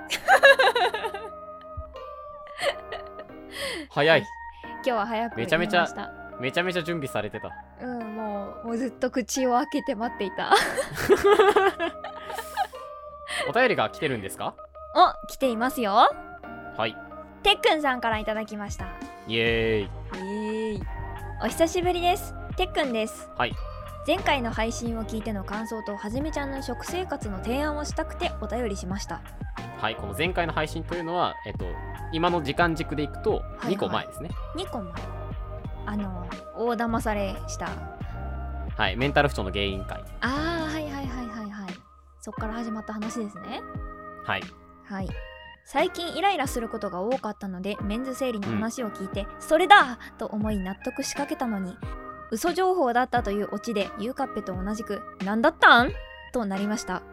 Speaker 1: 早い
Speaker 2: ィング今日は早く
Speaker 1: めちゃめち
Speaker 2: 言
Speaker 1: ゃ
Speaker 2: いました
Speaker 1: めちゃめちゃ準備されてた
Speaker 2: うん、もうもうずっと口を開けて待っていた。
Speaker 1: お便りが来てるんですか
Speaker 2: お来ていますよ。
Speaker 1: はい
Speaker 2: てっくんさんからいただきました。
Speaker 1: イエーイ
Speaker 2: お久しぶりです。てっくんです。
Speaker 1: はい
Speaker 2: 前回の配信を聞いての感想とはじめちゃんの食生活の提案をしたくてお便りしました。
Speaker 1: はいこの前回の配信というのはえっと今の時間軸でいくと
Speaker 2: いはい
Speaker 1: 2個前ですねはい、
Speaker 2: 2個前。あの、大騙されした。
Speaker 1: メンタル不調の原因会
Speaker 2: あー、はいはいはいはいはい。そっから始まった話ですね。
Speaker 1: はい
Speaker 2: はい。最近イライラすることが多かったのでメンズ生理の話を聞いて、それだと思い納得しかけたのに嘘情報だったというオチでゆうかっぺと同じく「なんだったん?」となりました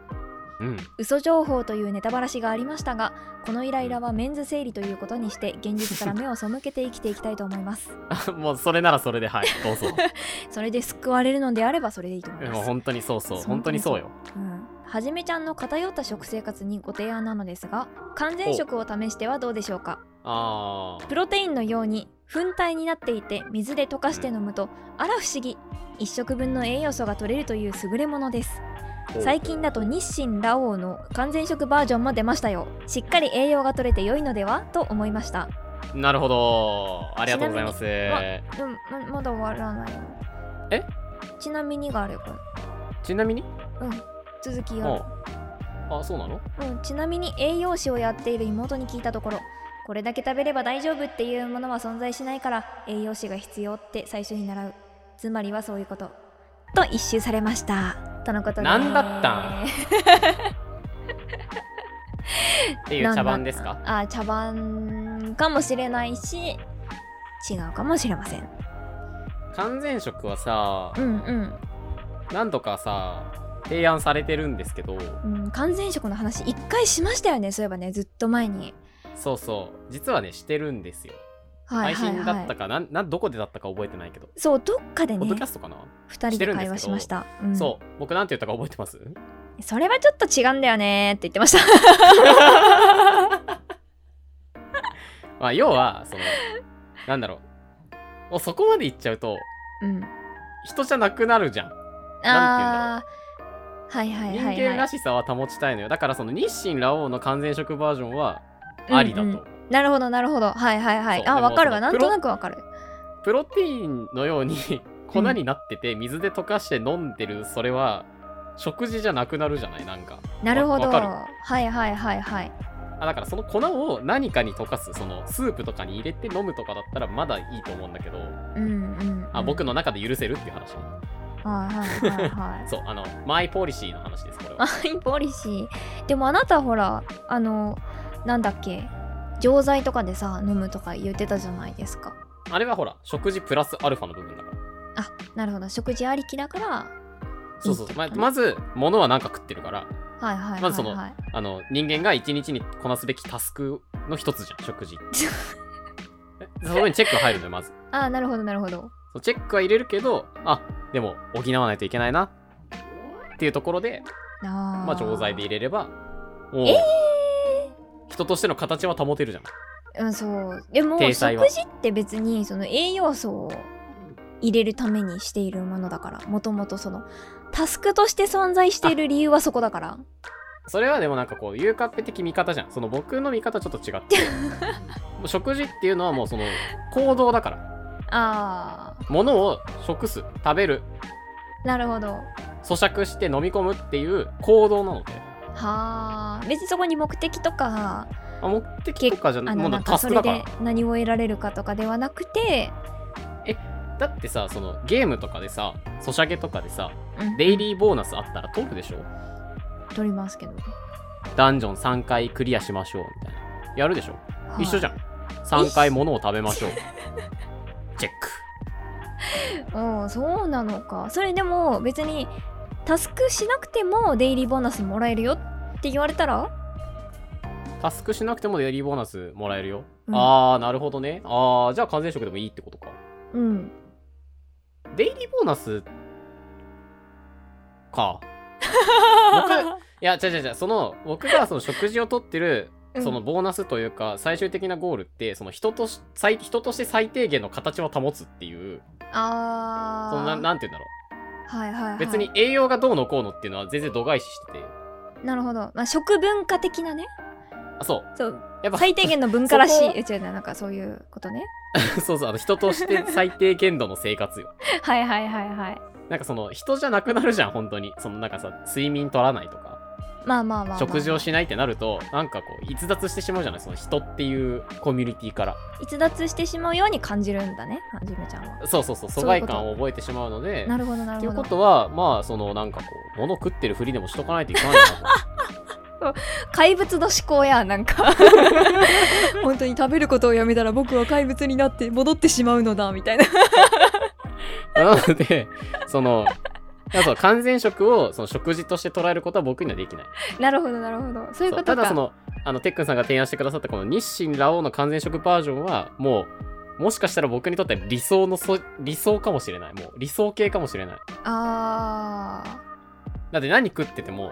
Speaker 1: うん
Speaker 2: 嘘情報というネタバラシがありましたがこのイライラはメンズ生理ということにして現実から目を背けて生きていきたいと思います
Speaker 1: あもうそれならそれではいどう ぞ
Speaker 2: それで救われるのであればそれでいいと思いま
Speaker 1: もう
Speaker 2: す、
Speaker 1: 本当にそうそう
Speaker 2: そう
Speaker 1: 本当にそうよ
Speaker 2: うん、はじめちゃんの偏った食生活にご提案なのですが完全食を試してはどうでしょうか
Speaker 1: あー
Speaker 2: プロテインのように粉体になっていて水で溶かして飲むとあら不思議1食分の栄養素が取れるという優れものです
Speaker 1: ほう
Speaker 2: 最近だと日清ラオウの完全食バージョンも出ましたよしっかり栄養が取れて良いのではと思いました
Speaker 1: なるほどありがとうございます
Speaker 2: ちなみうんままだ終わらないよ
Speaker 1: え
Speaker 2: ちなみにがあるよこれ
Speaker 1: ちなみに
Speaker 2: 続き
Speaker 1: うん
Speaker 2: よ、
Speaker 1: あそうなの
Speaker 2: うん、ちなみに栄養士をやっている妹に聞いたところこれだけ食べれば大丈夫っていうものは存在しないから栄養士が必要って最初に習うつまりはそういうことと一周されましたとのことで
Speaker 1: なんだったんっていう茶番です
Speaker 2: な
Speaker 1: か
Speaker 2: んだったあ茶番かもしれないし違うかもしれません
Speaker 1: 完全食はさ
Speaker 2: うんうん
Speaker 1: 何度かさ提案されてるんですけど
Speaker 2: うん、完全食の話一回しましたよねそういえばねずっと前に、
Speaker 1: そうそう実はねしてるんですよ
Speaker 2: は
Speaker 1: 配
Speaker 2: いはいはい、
Speaker 1: 信だったかなんなんどこでだったか覚えてないけど
Speaker 2: そうどっかで
Speaker 1: ポッド
Speaker 2: ね
Speaker 1: キャストかな
Speaker 2: 2人
Speaker 1: して
Speaker 2: で
Speaker 1: るんで
Speaker 2: 会
Speaker 1: すけど
Speaker 2: 話しました、うん
Speaker 1: そう僕なんて言ったか覚えて ます
Speaker 2: それはちょっと違うんだよねって言ってました
Speaker 1: まあ要はそのなんだろうもうそこまで言っちゃうと
Speaker 2: うん
Speaker 1: 人じゃなくなるじゃんな
Speaker 2: あーはいはい
Speaker 1: 人
Speaker 2: はい、はい、
Speaker 1: 間らしさは保ちたいのよだからその日清ラオウの完全食バージョンはありだと、
Speaker 2: うんうんなるほどなるほどはいはいはい
Speaker 1: そう
Speaker 2: あ
Speaker 1: でも
Speaker 2: わかるわ
Speaker 1: そ
Speaker 2: な
Speaker 1: の
Speaker 2: ん
Speaker 1: プロ
Speaker 2: となくわかる
Speaker 1: プロテインのように 粉になってて水で溶かして飲んでるそれは食事じゃなくなるじゃないなんか
Speaker 2: なるほど
Speaker 1: わわかる
Speaker 2: はいはいはいはい
Speaker 1: あだからその粉を何かに溶かすそのスープとかに入れて飲むとかだったらまだいいと思うんだけど
Speaker 2: うんうん、
Speaker 1: あ僕
Speaker 2: の
Speaker 1: の中で許せるっていう話ね
Speaker 2: はいはいはいはい
Speaker 1: そうあのマイポリシーの話ですこれは
Speaker 2: あインポリシーでもあなたほらあのなんだっけ錠剤とかでさ飲むとか言ってたじゃないですか
Speaker 1: あれはほら食事プラスアルファの部分だから
Speaker 2: あなるほど食事ありきだから
Speaker 1: そうそうそうま
Speaker 2: いいってこ
Speaker 1: ま
Speaker 2: とね
Speaker 1: ず物は何か食ってるから
Speaker 2: はいはいはい、はい、
Speaker 1: まずそのあの人間が一日にこなすべきタスクの一つじゃん食事えそこにチェックが入るのよまず
Speaker 2: ああなるほどなるほど
Speaker 1: そうチェックは入れるけどあでも補わないといけないなっていうところで
Speaker 2: あ
Speaker 1: まあ錠剤で入れればもう、人としての形は保てるじゃん
Speaker 2: うんそうでも
Speaker 1: 体
Speaker 2: 食
Speaker 1: 裁は
Speaker 2: 事って別にその栄養素を入れるためにしているものだからもともとそのタスクとして存在している理由はそこだから
Speaker 1: それはでもなんかこうユーカッペ的見方じゃんその僕の見方ちょっと違ってもう食事っていうのはもうその行動だから
Speaker 2: あ
Speaker 1: 物を食す食べる
Speaker 2: ーなるほどは
Speaker 1: 咀嚼して飲み込むっていう行動なので
Speaker 2: あ別にそこに目的とか
Speaker 1: あ目的とかじゃな
Speaker 2: あ
Speaker 1: いも
Speaker 2: の
Speaker 1: う
Speaker 2: なん
Speaker 1: タ
Speaker 2: か
Speaker 1: ス
Speaker 2: そ
Speaker 1: ク
Speaker 2: れ
Speaker 1: だから
Speaker 2: で何を得られるかとかではなくて
Speaker 1: だってさそのゲームとかでさソシャゲとかでさ
Speaker 2: うん
Speaker 1: デイリーボーナスあったら取るでしょ
Speaker 2: 取りますけど
Speaker 1: ダンジョン3回クリアしましょうみたいなやるでしょ一緒じ
Speaker 2: ゃ
Speaker 1: ゃん3回物を食べましょうチェック
Speaker 2: んうんそうなのかそれでも別にタスクしなくてもデイリーボーナスもらえるよって言われたら
Speaker 1: タスクしなくてもデイリーボーナスもらえるよ、
Speaker 2: うん
Speaker 1: あーなるほどねあーじゃあ完全食でもいいってことか
Speaker 2: うん
Speaker 1: デイリーボーナスかいや違う違う違うその僕がその食事をとってる
Speaker 2: うん
Speaker 1: そのボーナスというか最終的なゴールってその人とし最人として最低限の形を保つっていう
Speaker 2: あ
Speaker 1: そのな
Speaker 2: あ
Speaker 1: なんて言うんだろ
Speaker 2: はいはい、はいう
Speaker 1: 別に栄養がどうのこうのっていうのは全然度外視してて
Speaker 2: なるほど、まあ、食文化的なね
Speaker 1: あそう
Speaker 2: そう
Speaker 1: やっぱ
Speaker 2: 最低限の文化らし
Speaker 1: そこ
Speaker 2: いえ違うななんかそういうことね
Speaker 1: そうそうあの人として最低限度の生活よ
Speaker 2: はいはいはいはい
Speaker 1: なんかその人じゃなくなるじゃん本当にそのなんかさ睡眠取らないとか
Speaker 2: まあまあまあ、まあ、
Speaker 1: 食事をしないってなるとなんかこう逸脱してしまうじゃないその人っていうコミュニティから
Speaker 2: 逸脱してしまうように感じるんだねはじめちゃんは
Speaker 1: そうそうそう疎外感を覚えてしまうので
Speaker 2: なるほどな
Speaker 1: っ
Speaker 2: る
Speaker 1: てい
Speaker 2: ほ
Speaker 1: うこ
Speaker 2: ど
Speaker 1: とはまあそのなんかこう物食ってるふりでもしとかないといけないなと
Speaker 2: 怪物の思考やなん か本当に食べることをやめたら僕は怪物になって戻ってしまうのだみたいな
Speaker 1: なの でそのいやそう完全食をその食事として捉えることは僕にはできない
Speaker 2: なるほどなるほどそう
Speaker 1: そう
Speaker 2: いうことか
Speaker 1: ただそのあのてっくんさんが提案してくださったこの日清ラオウの完全食バージョンはもうもしかしたら僕にとっては理想のそ理想かもしれないもう理想系かもしれない
Speaker 2: あー
Speaker 1: だって何食ってても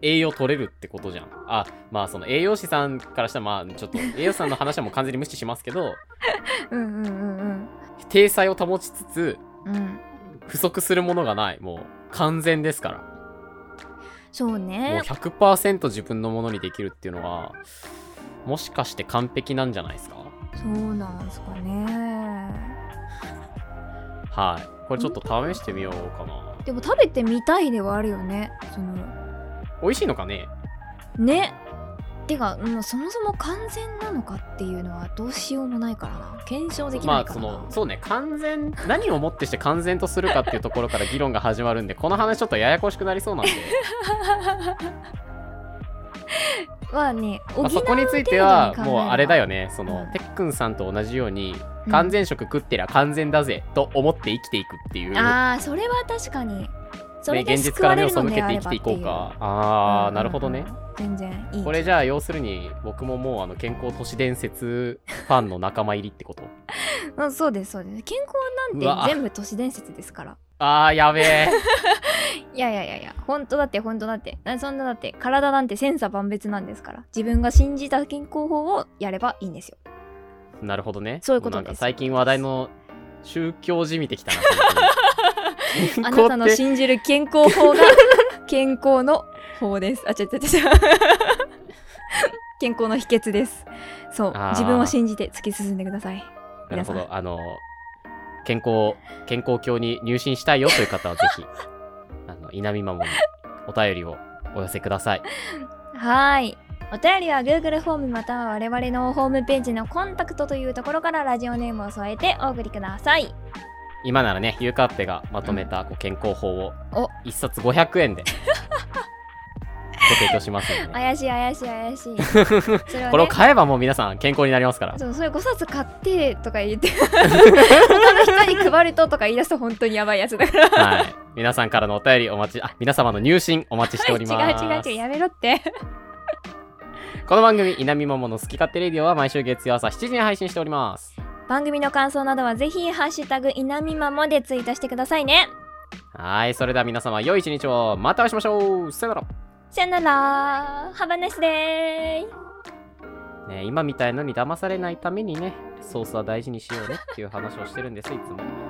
Speaker 1: 栄養取れるってことじゃんあまあその栄養士さんからしたらまあちょっと栄養士さんの話はもう完全に無視しますけど
Speaker 2: うんうんうん
Speaker 1: 体裁を保ちつつ
Speaker 2: うんうん
Speaker 1: 不足するものがないもう完全ですから
Speaker 2: そう
Speaker 1: もう
Speaker 2: ね
Speaker 1: 100%自分のものにできるっていうのはもしかして完璧なんじゃないですか
Speaker 2: そうなんすかね
Speaker 1: はいこれちょっと試してみようかな
Speaker 2: でも食べてみたいではあるよねその
Speaker 1: 美味しいのかね
Speaker 2: ねてかもうそもそも完全なのかっていうのはどうしようもないからな検証できな
Speaker 1: ま
Speaker 2: い
Speaker 1: あ
Speaker 2: か
Speaker 1: そ
Speaker 2: らな、
Speaker 1: のそうね完全何をもってして完全とするかっていうところから議論が始まるんでこの話ちょっとややこしくなりそうなん で
Speaker 2: まあね
Speaker 1: ま
Speaker 2: 補う
Speaker 1: あそこについては
Speaker 2: 程度に考えれば
Speaker 1: もうあれだよねその、
Speaker 2: うん
Speaker 1: てっくんさんと同じように
Speaker 2: うん
Speaker 1: 完全食食ってりゃ完全だぜと思って生きていくっていう、
Speaker 2: ああそれは確かにそ
Speaker 1: ね
Speaker 2: れで
Speaker 1: 現実
Speaker 2: 救
Speaker 1: か
Speaker 2: わ
Speaker 1: ら目を
Speaker 2: れる
Speaker 1: 背
Speaker 2: の
Speaker 1: けて生
Speaker 2: であれ
Speaker 1: き
Speaker 2: ば
Speaker 1: て
Speaker 2: って
Speaker 1: い
Speaker 2: い
Speaker 1: こ
Speaker 2: う
Speaker 1: うかああ、なるほどね
Speaker 2: 全然いい
Speaker 1: これじゃあ要するに僕ももうあの健康都市伝説ファンの仲間入りってこと
Speaker 2: うん、そうですそうです健康
Speaker 1: う
Speaker 2: なん
Speaker 1: わ
Speaker 2: て全部都市伝説ですから
Speaker 1: あーやべ え
Speaker 2: いやいやいやいや本当だって本当だってなそんなだって体なんて千差万別なんですから自分が信じた健康法をやればいいんですよ
Speaker 1: なるほどね
Speaker 2: そういうことです
Speaker 1: なんか最近話題の宗教じみてきたな健
Speaker 2: あ
Speaker 1: 康
Speaker 2: な
Speaker 1: ったて
Speaker 2: の信じる健康法が 健康の法です。あ、違う違う違 う。健康の秘訣です。そう
Speaker 1: あー、
Speaker 2: 自分を信じて突き進んでください。
Speaker 1: なるほ
Speaker 2: 皆
Speaker 1: どあの健康健康教に入信したいよという方はぜひ あの稲見まもにお便りをお寄せください
Speaker 2: はーい。お便りは Google フォームまたは我々のホームページのコンタクトというところからラジオネームを添えてお送りください。
Speaker 1: 今ならねゆうかっぺがまとめたこう健康法を
Speaker 2: お
Speaker 1: 一冊500円でご提供しますので、ね、
Speaker 2: 怪しい怪しい怪しい。 それは
Speaker 1: これを
Speaker 2: ね、
Speaker 1: 買えばもう皆さん健康になり ますから
Speaker 2: そうそれ5冊買ってとか 言って他の人に配るととか言い出すと本当にやばいやつだから。
Speaker 1: はい。皆さんからのお便りお待ち、あ、皆様の入信お待ちしております。
Speaker 2: 違う違う違うやめろって。
Speaker 1: この番組、稲見桃の好き勝手レディオは毎週月曜朝7時に配信しております。
Speaker 2: 番組の感想などはぜひ「ハッシュタグいなみまも」でツイートしてくださいね
Speaker 1: はい、それでは皆様、良い一日を。またお会いしましょう。さよな
Speaker 2: さよならハバナスデー
Speaker 1: ら。ね、今みたいのに騙されないためにね、ソースは大事にしようねっていう話をしてるんです、いつも。